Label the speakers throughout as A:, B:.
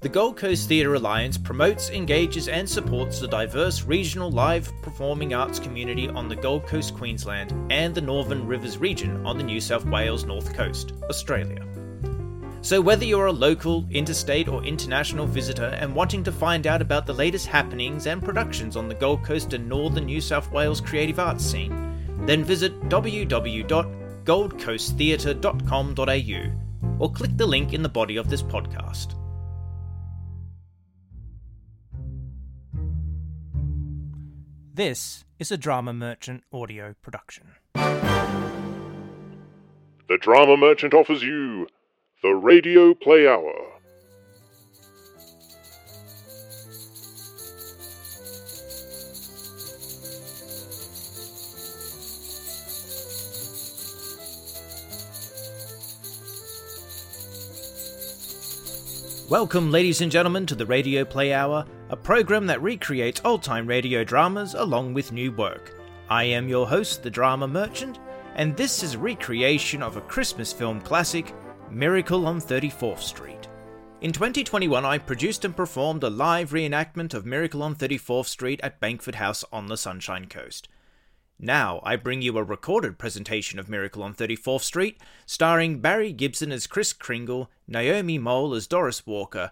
A: The Gold Coast Theatre Alliance promotes, engages, and supports the diverse regional live performing arts community on the Gold Coast, Queensland, and the Northern Rivers region on the New South Wales North Coast, Australia. So, whether you're a local, interstate, or international visitor and wanting to find out about the latest happenings and productions on the Gold Coast and northern New South Wales creative arts scene, then visit www.goldcoasttheatre.com.au or click the link in the body of this podcast. This is a Drama Merchant audio production.
B: The Drama Merchant offers you the Radio Play Hour.
A: Welcome, ladies and gentlemen, to the Radio Play Hour, a program that recreates old time radio dramas along with new work. I am your host, the Drama Merchant, and this is a recreation of a Christmas film classic, Miracle on 34th Street. In 2021, I produced and performed a live reenactment of Miracle on 34th Street at Bankford House on the Sunshine Coast. Now, I bring you a recorded presentation of Miracle on 34th Street, starring Barry Gibson as Chris Kringle, Naomi Mole as Doris Walker,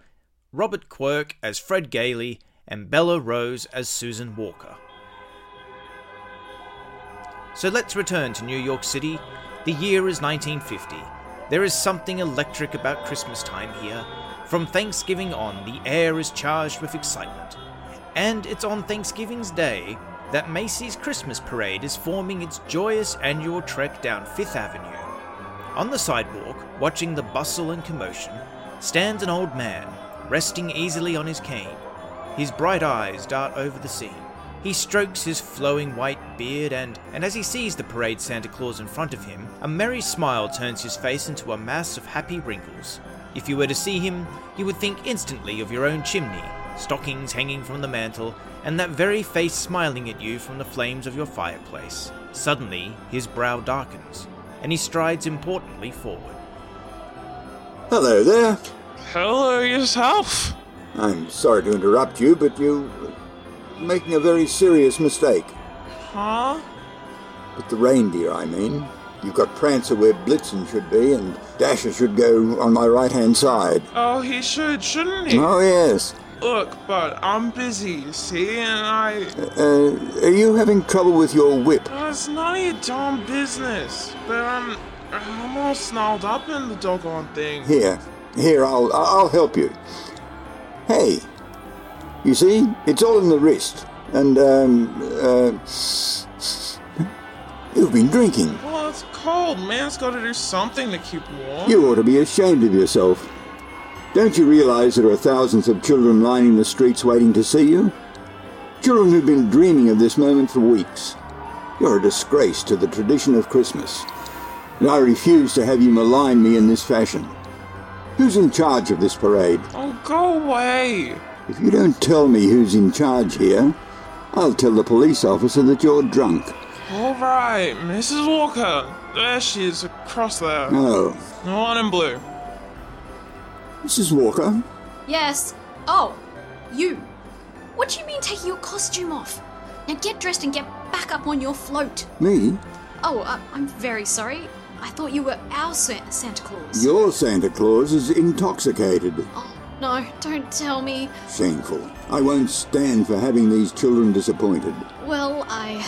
A: Robert Quirk as Fred Gailey, and Bella Rose as Susan Walker. So let's return to New York City. The year is 1950. There is something electric about Christmas time here. From Thanksgiving on, the air is charged with excitement. And it's on Thanksgiving's Day that Macy's Christmas Parade is forming its joyous annual trek down Fifth Avenue. On the sidewalk, watching the bustle and commotion, stands an old man, resting easily on his cane. His bright eyes dart over the scene. He strokes his flowing white beard, and, and as he sees the parade Santa Claus in front of him, a merry smile turns his face into a mass of happy wrinkles. If you were to see him, you would think instantly of your own chimney, stockings hanging from the mantel, and that very face smiling at you from the flames of your fireplace. Suddenly, his brow darkens, and he strides importantly forward.
C: Hello there.
D: Hello yourself.
C: I'm sorry to interrupt you, but you are making a very serious mistake.
D: Huh?
C: With the reindeer, I mean. You've got Prancer where Blitzen should be, and Dasher should go on my right hand side.
D: Oh, he should, shouldn't he?
C: Oh, yes.
D: Look, but I'm busy, you see, and I.
C: Uh, are you having trouble with your whip?
D: Oh, it's none of your darn business. But I'm. I'm all snarled up in the doggone thing.
C: Here, here, I'll, I'll help you. Hey, you see, it's all in the wrist, and, um, uh, you've been drinking.
D: Well, it's cold. Man's got to do something to keep warm.
C: You ought to be ashamed of yourself. Don't you realize there are thousands of children lining the streets waiting to see you? Children who've been dreaming of this moment for weeks. You're a disgrace to the tradition of Christmas, and I refuse to have you malign me in this fashion. Who's in charge of this parade?
D: Oh, go away.
C: If you don't tell me who's in charge here, I'll tell the police officer that you're drunk.
D: All right, Mrs. Walker. There she is, across there.
C: No.
D: The one in blue.
C: Mrs. Walker,
E: Yes. Oh, you. What do you mean taking your costume off? Now get dressed and get back up on your float.
C: me,
E: Oh, uh, I'm very sorry. I thought you were our Sa- Santa Claus.
C: your Santa Claus is intoxicated.
E: Oh, no, don't tell me.
C: Shameful. I won't stand for having these children disappointed.
E: Well, I.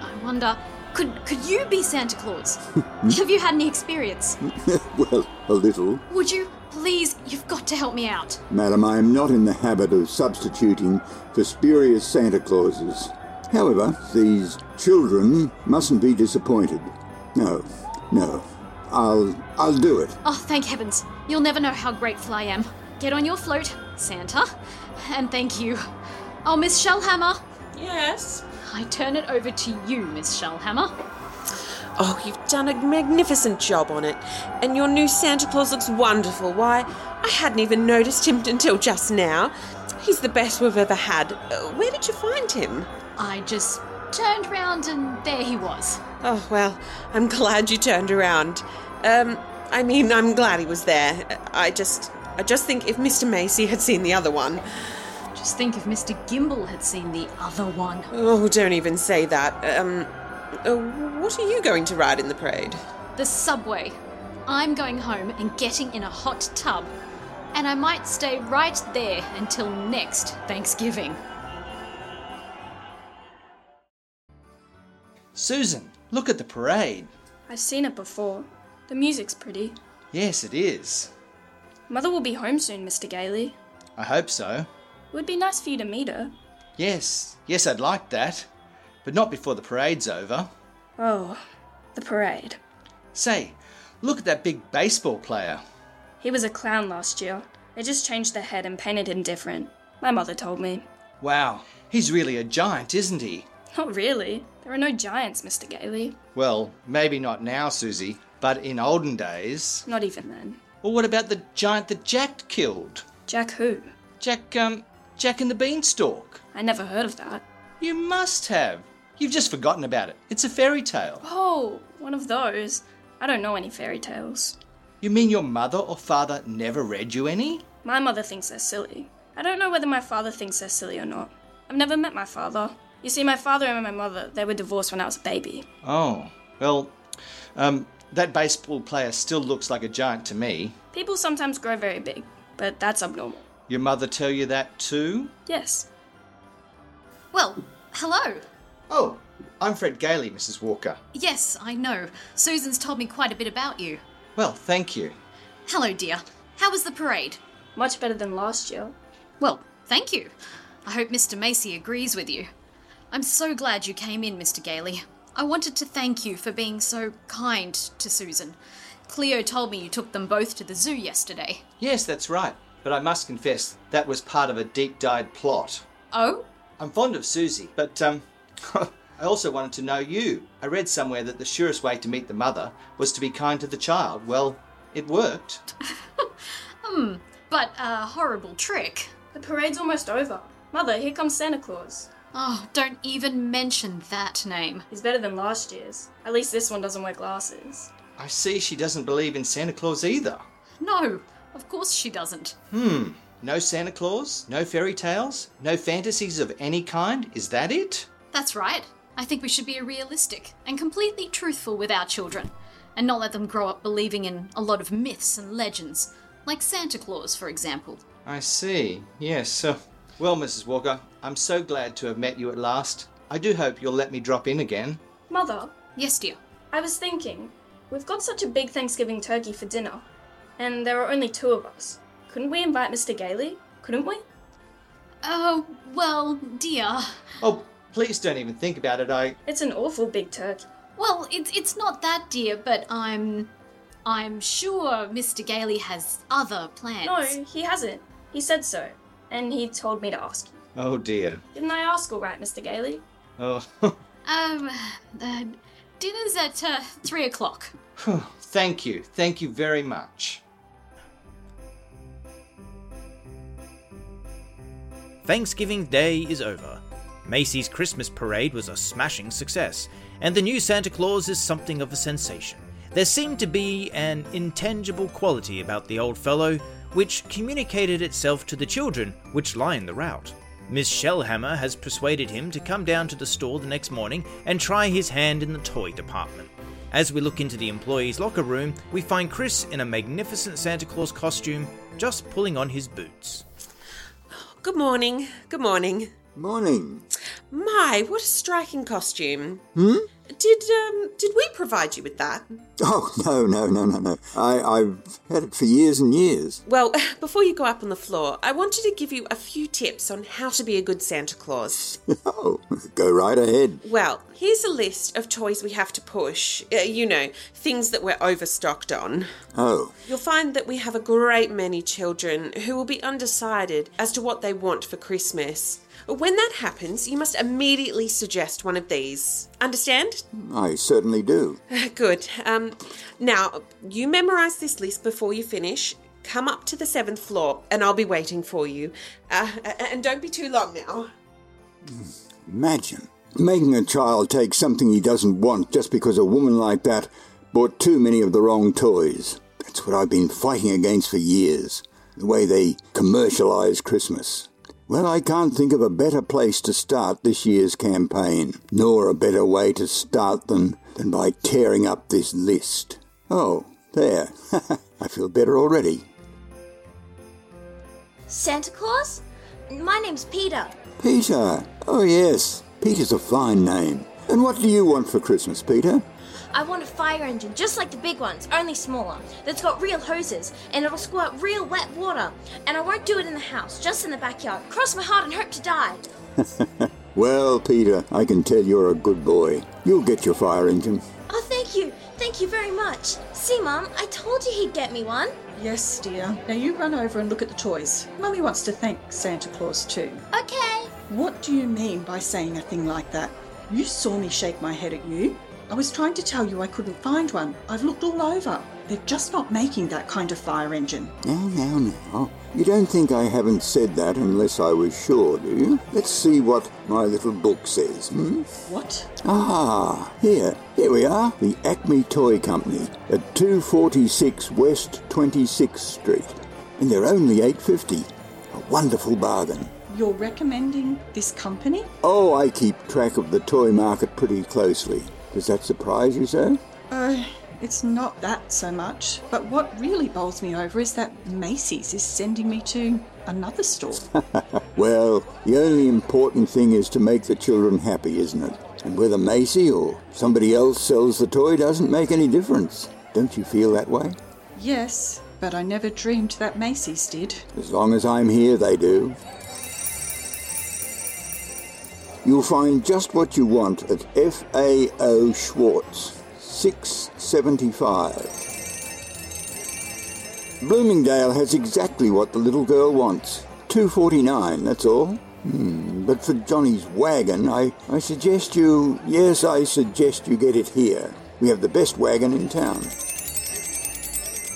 E: I wonder. Could, could you be Santa Claus?
C: Hmm?
E: Have you had any experience?
C: well, a little.
E: Would you? Please, you've got to help me out.
C: Madam, I am not in the habit of substituting for spurious Santa Clauses. However, these children mustn't be disappointed. No, no. I'll I'll do it.
E: Oh, thank heavens. You'll never know how grateful I am. Get on your float, Santa, and thank you. Oh, Miss Shellhammer,
F: Yes.
E: I turn it over to you, Miss Shellhammer.
F: Oh, you've done a magnificent job on it. And your new Santa Claus looks wonderful. Why, I hadn't even noticed him until just now. He's the best we've ever had. Uh, Where did you find him?
E: I just turned round and there he was.
F: Oh, well, I'm glad you turned around. Um, I mean, I'm glad he was there. I just I just think if Mr. Macy had seen the other one.
E: Just think if Mr. Gimble had seen the other one.
F: Oh, don't even say that. Um, uh, what are you going to ride in the parade?
E: The subway. I'm going home and getting in a hot tub. And I might stay right there until next Thanksgiving.
G: Susan, look at the parade.
H: I've seen it before. The music's pretty.
G: Yes, it is.
H: Mother will be home soon, Mr. Gailey.
G: I hope so.
H: It would be nice for you to meet her.
G: Yes, yes, I'd like that. But not before the parade's over.
H: Oh, the parade.
G: Say, look at that big baseball player.
H: He was a clown last year. They just changed the head and painted him different. My mother told me.
G: Wow, he's really a giant, isn't he?
H: Not really. There are no giants, Mr. Gailey.
G: Well, maybe not now, Susie, but in olden days.
H: Not even then.
G: Or what about the giant that Jack killed?
H: Jack who?
G: Jack, um, Jack and the Beanstalk.
H: I never heard of that.
G: You must have. You've just forgotten about it. It's a fairy tale.
H: Oh, one of those. I don't know any fairy tales.
G: You mean your mother or father never read you any?
H: My mother thinks they're silly. I don't know whether my father thinks they're silly or not. I've never met my father. You see, my father and my mother, they were divorced when I was a baby.
G: Oh, well, um, that baseball player still looks like a giant to me.
H: People sometimes grow very big, but that's abnormal.
G: Your mother tell you that too?
H: Yes.
E: Well, hello.
G: Oh, I'm Fred Gailey, Mrs. Walker.
E: Yes, I know. Susan's told me quite a bit about you.
G: Well, thank you.
E: Hello, dear. How was the parade?
H: Much better than last year.
E: Well, thank you. I hope Mr. Macy agrees with you. I'm so glad you came in, Mr. Gailey. I wanted to thank you for being so kind to Susan. Cleo told me you took them both to the zoo yesterday.
G: Yes, that's right. But I must confess, that was part of a deep dyed plot.
E: Oh?
G: I'm fond of Susie, but um, I also wanted to know you. I read somewhere that the surest way to meet the mother was to be kind to the child. Well, it worked.
E: Hmm, But a horrible trick.
H: The parade's almost over. Mother, here comes Santa Claus.
E: Oh, don't even mention that name.
H: He's better than last year's. At least this one doesn't wear glasses.
G: I see she doesn't believe in Santa Claus either.
E: No, of course she doesn't.
G: Hmm. No Santa Claus, no fairy tales, no fantasies of any kind. Is that it?
E: That's right. I think we should be realistic and completely truthful with our children and not let them grow up believing in a lot of myths and legends, like Santa Claus, for example.
G: I see. Yes. So, well, Mrs. Walker, I'm so glad to have met you at last. I do hope you'll let me drop in again.
H: Mother,
E: Yes, dear.
H: I was thinking, we've got such a big Thanksgiving turkey for dinner, and there are only two of us. Couldn't we invite Mr. Gailey? Couldn't we?
E: Oh, well, dear.
G: Oh, please don't even think about it. I
H: It's an awful big turkey.
E: Well, it's it's not that dear, but I'm I'm sure Mr. Gailey has other plans.
H: No, he hasn't. He said so, and he told me to ask you.
G: Oh dear.
H: Didn't I ask all right, Mr. Gailey?
G: Oh,
E: Um, uh, dinner's at uh, three o'clock.
G: thank you. Thank you very much.
A: Thanksgiving Day is over. Macy's Christmas parade was a smashing success, and the new Santa Claus is something of a sensation. There seemed to be an intangible quality about the old fellow which communicated itself to the children which lined the route. Miss Shellhammer has persuaded him to come down to the store the next morning and try his hand in the toy department. As we look into the employee's locker room, we find Chris in a magnificent Santa Claus costume just pulling on his boots.
F: Good morning. Good morning.
C: Morning.
F: My, what a striking costume. Hmm? Did um did we provide you with that?
C: Oh, no, no, no, no, no. I, I've had it for years and years.
F: Well, before you go up on the floor, I wanted to give you a few tips on how to be a good Santa Claus.
C: Oh, go right ahead.
F: Well, here's a list of toys we have to push. Uh, you know, things that we're overstocked on.
C: Oh,
F: You'll find that we have a great many children who will be undecided as to what they want for Christmas. When that happens, you must immediately suggest one of these. Understand?
C: I certainly do.
F: Good. Um, now, you memorize this list before you finish. Come up to the seventh floor, and I'll be waiting for you. Uh, a- and don't be too long now.
C: Imagine making a child take something he doesn't want just because a woman like that bought too many of the wrong toys. That's what I've been fighting against for years. the way they commercialize Christmas. Well, I can't think of a better place to start this year's campaign, nor a better way to start than, than by tearing up this list. Oh, there. I feel better already.
I: Santa Claus? My name's Peter.
C: Peter. Oh, yes. Peter's a fine name. And what do you want for Christmas, Peter?
I: I want a fire engine, just like the big ones, only smaller, that's got real hoses, and it'll squirt real wet water. And I won't do it in the house, just in the backyard. Cross my heart and hope to die.
C: Well, Peter, I can tell you're a good boy. You'll get your fire engine.
I: Oh, thank you. Thank you very much. See, Mum, I told you he'd get me one.
J: Yes, dear. Now you run over and look at the toys. Mummy wants to thank Santa Claus too.
I: Okay.
J: What do you mean by saying a thing like that? You saw me shake my head at you. I was trying to tell you I couldn't find one. I've looked all over. They're just not making that kind of fire engine.
C: Now, now, now. You don't think I haven't said that unless I was sure, do you? Let's see what my little book says. Hmm?
J: What?
C: Ah, here, here we are. The Acme Toy Company at 246 West 26th Street. And they're only 850. A wonderful bargain.
J: You're recommending this company?
C: Oh, I keep track of the toy market pretty closely. Does that surprise you, sir?
J: Oh, it's not that so much. But what really bowls me over is that Macy's is sending me to another store.
C: Well, the only important thing is to make the children happy, isn't it? And whether Macy or somebody else sells the toy doesn't make any difference. Don't you feel that way?
J: yes, but I never dreamed that Macy's did.
C: As long as I'm here, they do. You'll find just what you want at FAO Schwartz, 675. Bloomingdale has exactly what the little girl wants. 249, that's all. Hmm, but for Johnny's wagon, I, I suggest you, yes, I suggest you get it here. We have the best wagon in town.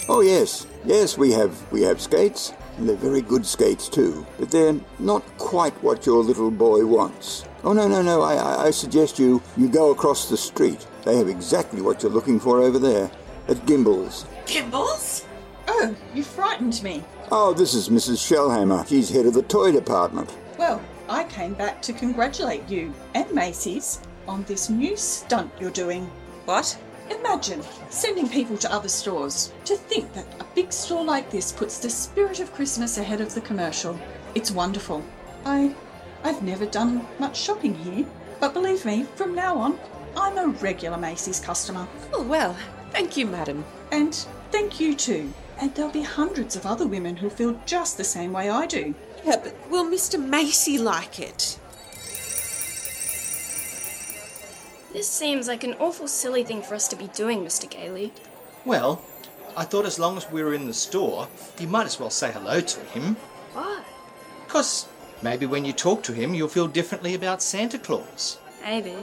C: Oh yes, yes, we have we have skates. And they're very good skates too, but they're not quite what your little boy wants. Oh no no no! I, I, I suggest you you go across the street. They have exactly what you're looking for over there at Gimbals.
J: Gimbals? Oh, you frightened me.
C: Oh, this is Mrs. Shellhammer. She's head of the toy department.
J: Well, I came back to congratulate you and Macy's on this new stunt you're doing.
F: What?
J: Imagine sending people to other stores. To think that a big store like this puts the spirit of Christmas ahead of the commercial. It's wonderful. I I've never done much shopping here, but believe me, from now on, I'm a regular Macy's customer.
F: Oh, well, thank you, madam.
J: And thank you too. And there'll be hundreds of other women who feel just the same way I do.
F: Yeah, but will Mr. Macy like it?
H: This seems like an awful silly thing for us to be doing, Mr. Gailey.
G: Well, I thought as long as we were in the store, you might as well say hello to him.
H: Why?
G: Because maybe when you talk to him, you'll feel differently about Santa Claus.
H: Maybe.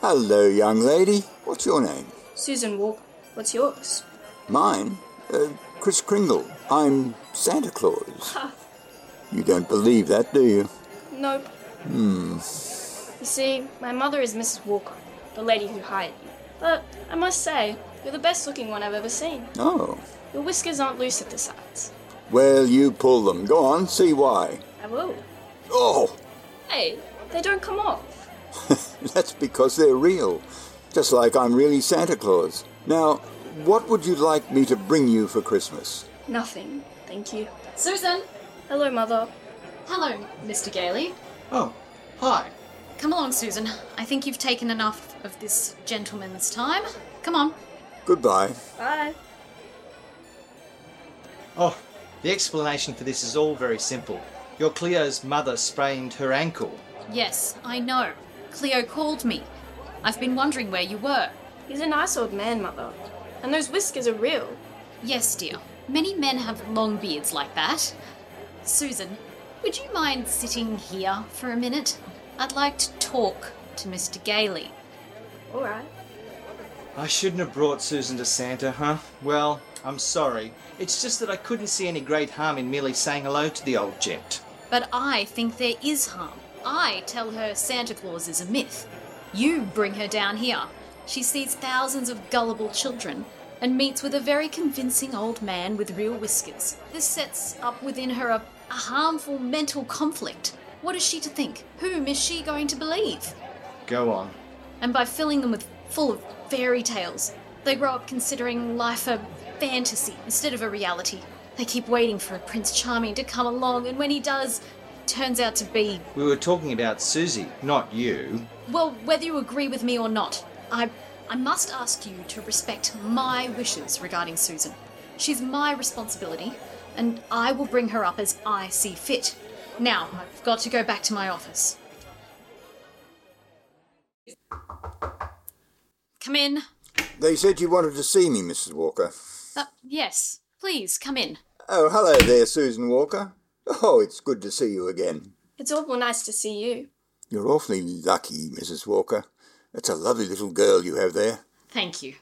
C: Hello, young lady. What's your name?
H: Susan Walker, what's yours?
C: Mine, uh, Chris Kringle. I'm Santa Claus. You don't believe that, do you?
H: Nope. Hmm. You see, my mother is Mrs. Walker, the lady who hired you. But I must say, you're the best looking one I've ever seen.
C: Oh.
H: Your whiskers aren't loose at the sides.
C: Well, you pull them. Go on, see why.
H: I will.
C: Oh,
H: Hey, they don't come off.
C: that's because they're real. Just like I'm really Santa Claus. Now, what would you like me to bring you for Christmas?
H: Nothing. Thank you.
E: Susan!
H: Hello, mother.
E: Hello, Mr. Gailey.
G: Oh, hi.
E: Come along, Susan. I think you've taken enough of this gentleman's time. Come on.
C: Goodbye.
H: Bye.
G: Oh, the explanation for this is all very simple. Your Cleo's mother sprained her ankle.
E: Yes, I know. Cleo called me. I've been wondering where you were.
H: He's a nice old man, mother. And those whiskers are real.
E: Yes, dear. Many men have long beards like that. Susan, would you mind sitting here for a minute? I'd like to talk to Mr. Gailey.
H: All right.
G: I shouldn't have brought Susan to Santa, huh? Well, I'm sorry. It's just that I couldn't see any great harm in merely saying hello to the old gent.
E: But I think there is harm. I tell her Santa Claus is a myth. You bring her down here. She sees thousands of gullible children. and meets with a very convincing old man with real whiskers. This sets up within her a, a harmful mental conflict. What is she to think? Whom is she going to believe?
G: Go on.
E: And by filling them with full of fairy tales, they grow up considering life a fantasy instead of a reality. They keep waiting for Prince Charming to come along, and when he does, turns out to be
G: We were talking about Susie, not you.
E: well, whether you agree with me or not, I, I must ask you to respect my wishes regarding Susan. She's my responsibility, and I will bring her up as I see fit. Now, I've got to go back to my office. Come in.
C: They said you wanted to see me, Mrs. Walker.
E: Uh, yes, please, come in.
C: Oh, hello there, Susan Walker. Oh, it's good to see you again.
H: It's awful nice to see you.
C: You're awfully lucky, Mrs. Walker. That's a lovely little girl you have there.
E: Thank you.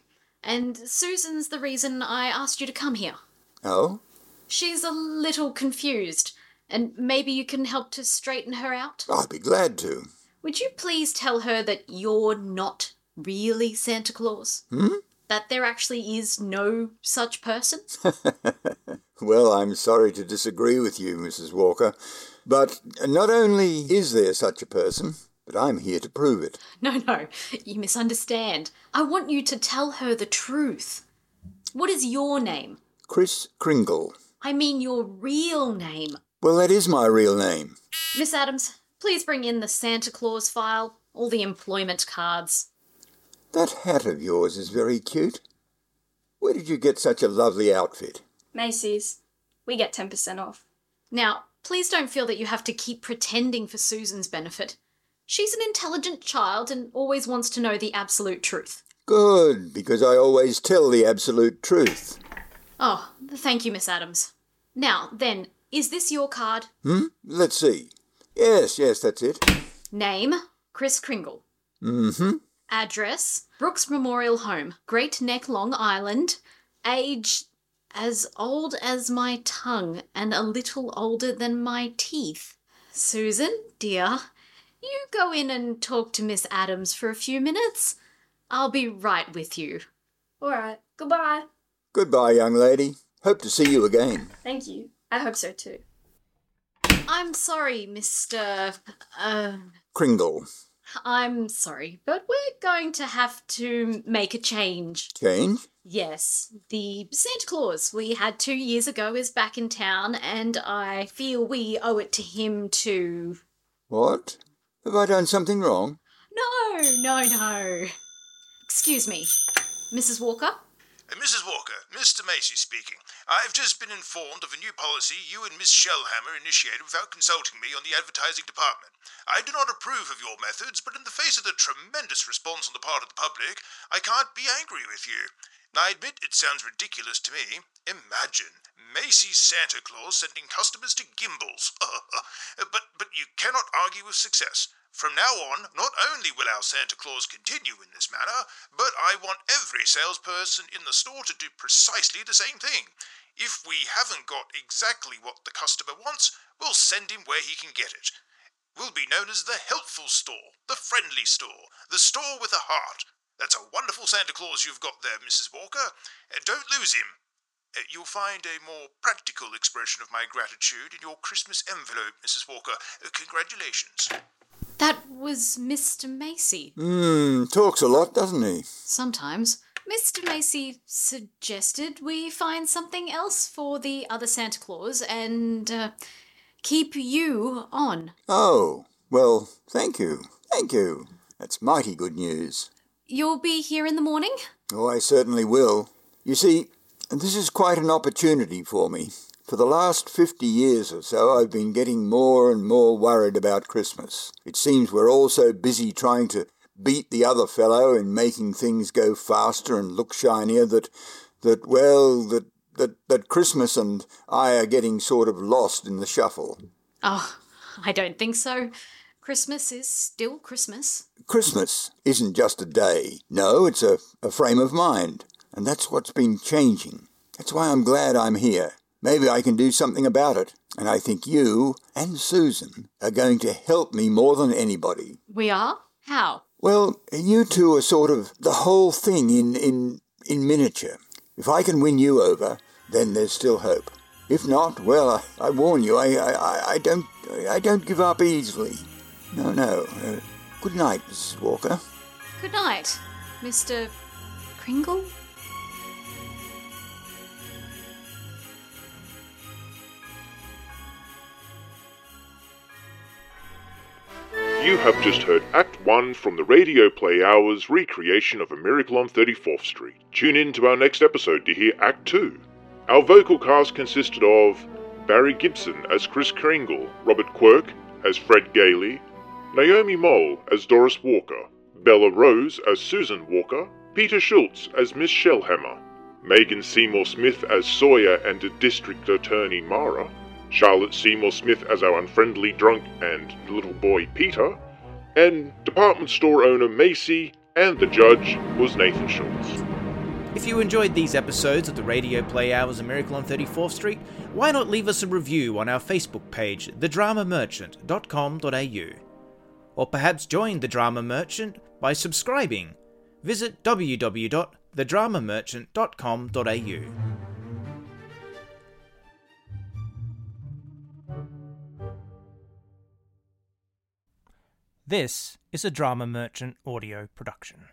E: And Susan's the reason I asked you to come here.
C: Oh?
E: She's a little confused, and maybe you can help to straighten her out?
C: I'd be glad to.
E: Would you please tell her that you're not really Santa Claus?
C: Hmm?
E: That there actually is no such person?
C: Well, I'm sorry to disagree with you, Mrs. Walker, but not only is there such a person, but I'm here to prove it.
E: No, no, you misunderstand. I want you to tell her the truth. What is your name?
C: Chris Kringle.
E: I mean, your real name.
C: Well, that is my real name.
E: Miss Adams, please bring in the Santa Claus file, all the employment cards.
C: That hat of yours is very cute. Where did you get such a lovely outfit?
H: Macy's. We get 10% off.
E: Now, please don't feel that you have to keep pretending for Susan's benefit. She's an intelligent child and always wants to know the absolute truth.
C: Good, because I always tell the absolute truth.
E: Oh, thank you, Miss Adams. Now, then, is this your card?
C: Hmm? Let's see. Yes, yes, that's it.
E: Name Chris Kringle.
C: Mm-hmm.
E: Address Brooks Memorial Home, Great Neck, Long Island. Age as old as my tongue and a little older than my teeth. Susan, dear, you go in and talk to Miss Adams for a few minutes. I'll be right with you.
H: Alright, goodbye.
C: Goodbye, young lady. Hope to see you again.
H: Thank you. I hope so too.
E: I'm sorry, Mr. Uh,
C: Kringle.
E: I'm sorry, but we're going to have to make a change.
C: Change?
E: Yes, the Santa Claus we had two years ago is back in town, and I feel we owe it to him to.
C: What? Have I done something wrong?
E: No, no, no. Excuse me, Mrs. Walker?
K: Uh, Mrs. Walker, Mr. Macy speaking. I've just been informed of a new policy you and Miss Shellhammer initiated without consulting me on the advertising department. I do not approve of your methods, but in the face of the tremendous response on the part of the public, I can't be angry with you. I admit it sounds ridiculous to me. Imagine Macy Santa Claus sending customers to Gimbals. but but you cannot argue with success. From now on, not only will our Santa Claus continue in this manner, but I want every salesperson in the store to do precisely the same thing. If we haven't got exactly what the customer wants, we'll send him where he can get it. We'll be known as the helpful store, the friendly store, the store with a heart. That's a wonderful Santa Claus you've got there, Mrs. Walker. Uh, don't lose him. Uh, You'll find a more practical expression of my gratitude in your Christmas envelope, Mrs. Walker. Uh, Congratulations.
E: That was Mr. Macy.
C: Hmm, talks a lot, doesn't he?
E: Sometimes. Mr. Macy suggested we find something else for the other Santa Claus and uh, keep you on.
C: Oh, well, thank you. Thank you. That's mighty good news.
E: You'll be here in the morning?
C: Oh, I certainly will. You see, this is quite an opportunity for me. For the last 50 years or so, I've been getting more and more worried about Christmas. It seems we're all so busy trying to beat the other fellow in making things go faster and look shinier that, that well, that, that, that Christmas and I are getting sort of lost in the shuffle.
E: Oh, I don't think so. Christmas is still Christmas.
C: Christmas isn't just a day. No, it's a, a frame of mind. And that's what's been changing. That's why I'm glad I'm here. Maybe I can do something about it. And I think you and Susan are going to help me more than anybody.
E: We are? How?
C: Well, you two are sort of the whole thing in, in, in miniature. If I can win you over, then there's still hope. If not, well, I, I warn you, I, I, I- I don't, I don't give up easily. No, no. Uh, good night, Mrs. Walker.
E: Good night, Mr. Kringle?
B: You have just heard Act 1 from the Radio Play Hour's recreation of A Miracle on 34th Street. Tune in to our next episode to hear Act 2. Our vocal cast consisted of Barry Gibson as Chris Kringle, Robert Quirk as Fred Gailey, Naomi Mole as Doris Walker, Bella Rose as Susan Walker, Peter Schultz as Miss Shellhammer, Megan Seymour Smith as Sawyer and District Attorney Mara, Charlotte Seymour Smith as our unfriendly drunk and little boy Peter, and department store owner Macy, and the judge was Nathan Schultz.
A: If you enjoyed these episodes of the Radio Play Hours of Miracle on 34th Street, why not leave us a review on our Facebook page, thedramamerchant.com.au? Or perhaps join The Drama Merchant by subscribing. Visit www.thedramamerchant.com.au. This is a Drama Merchant audio production.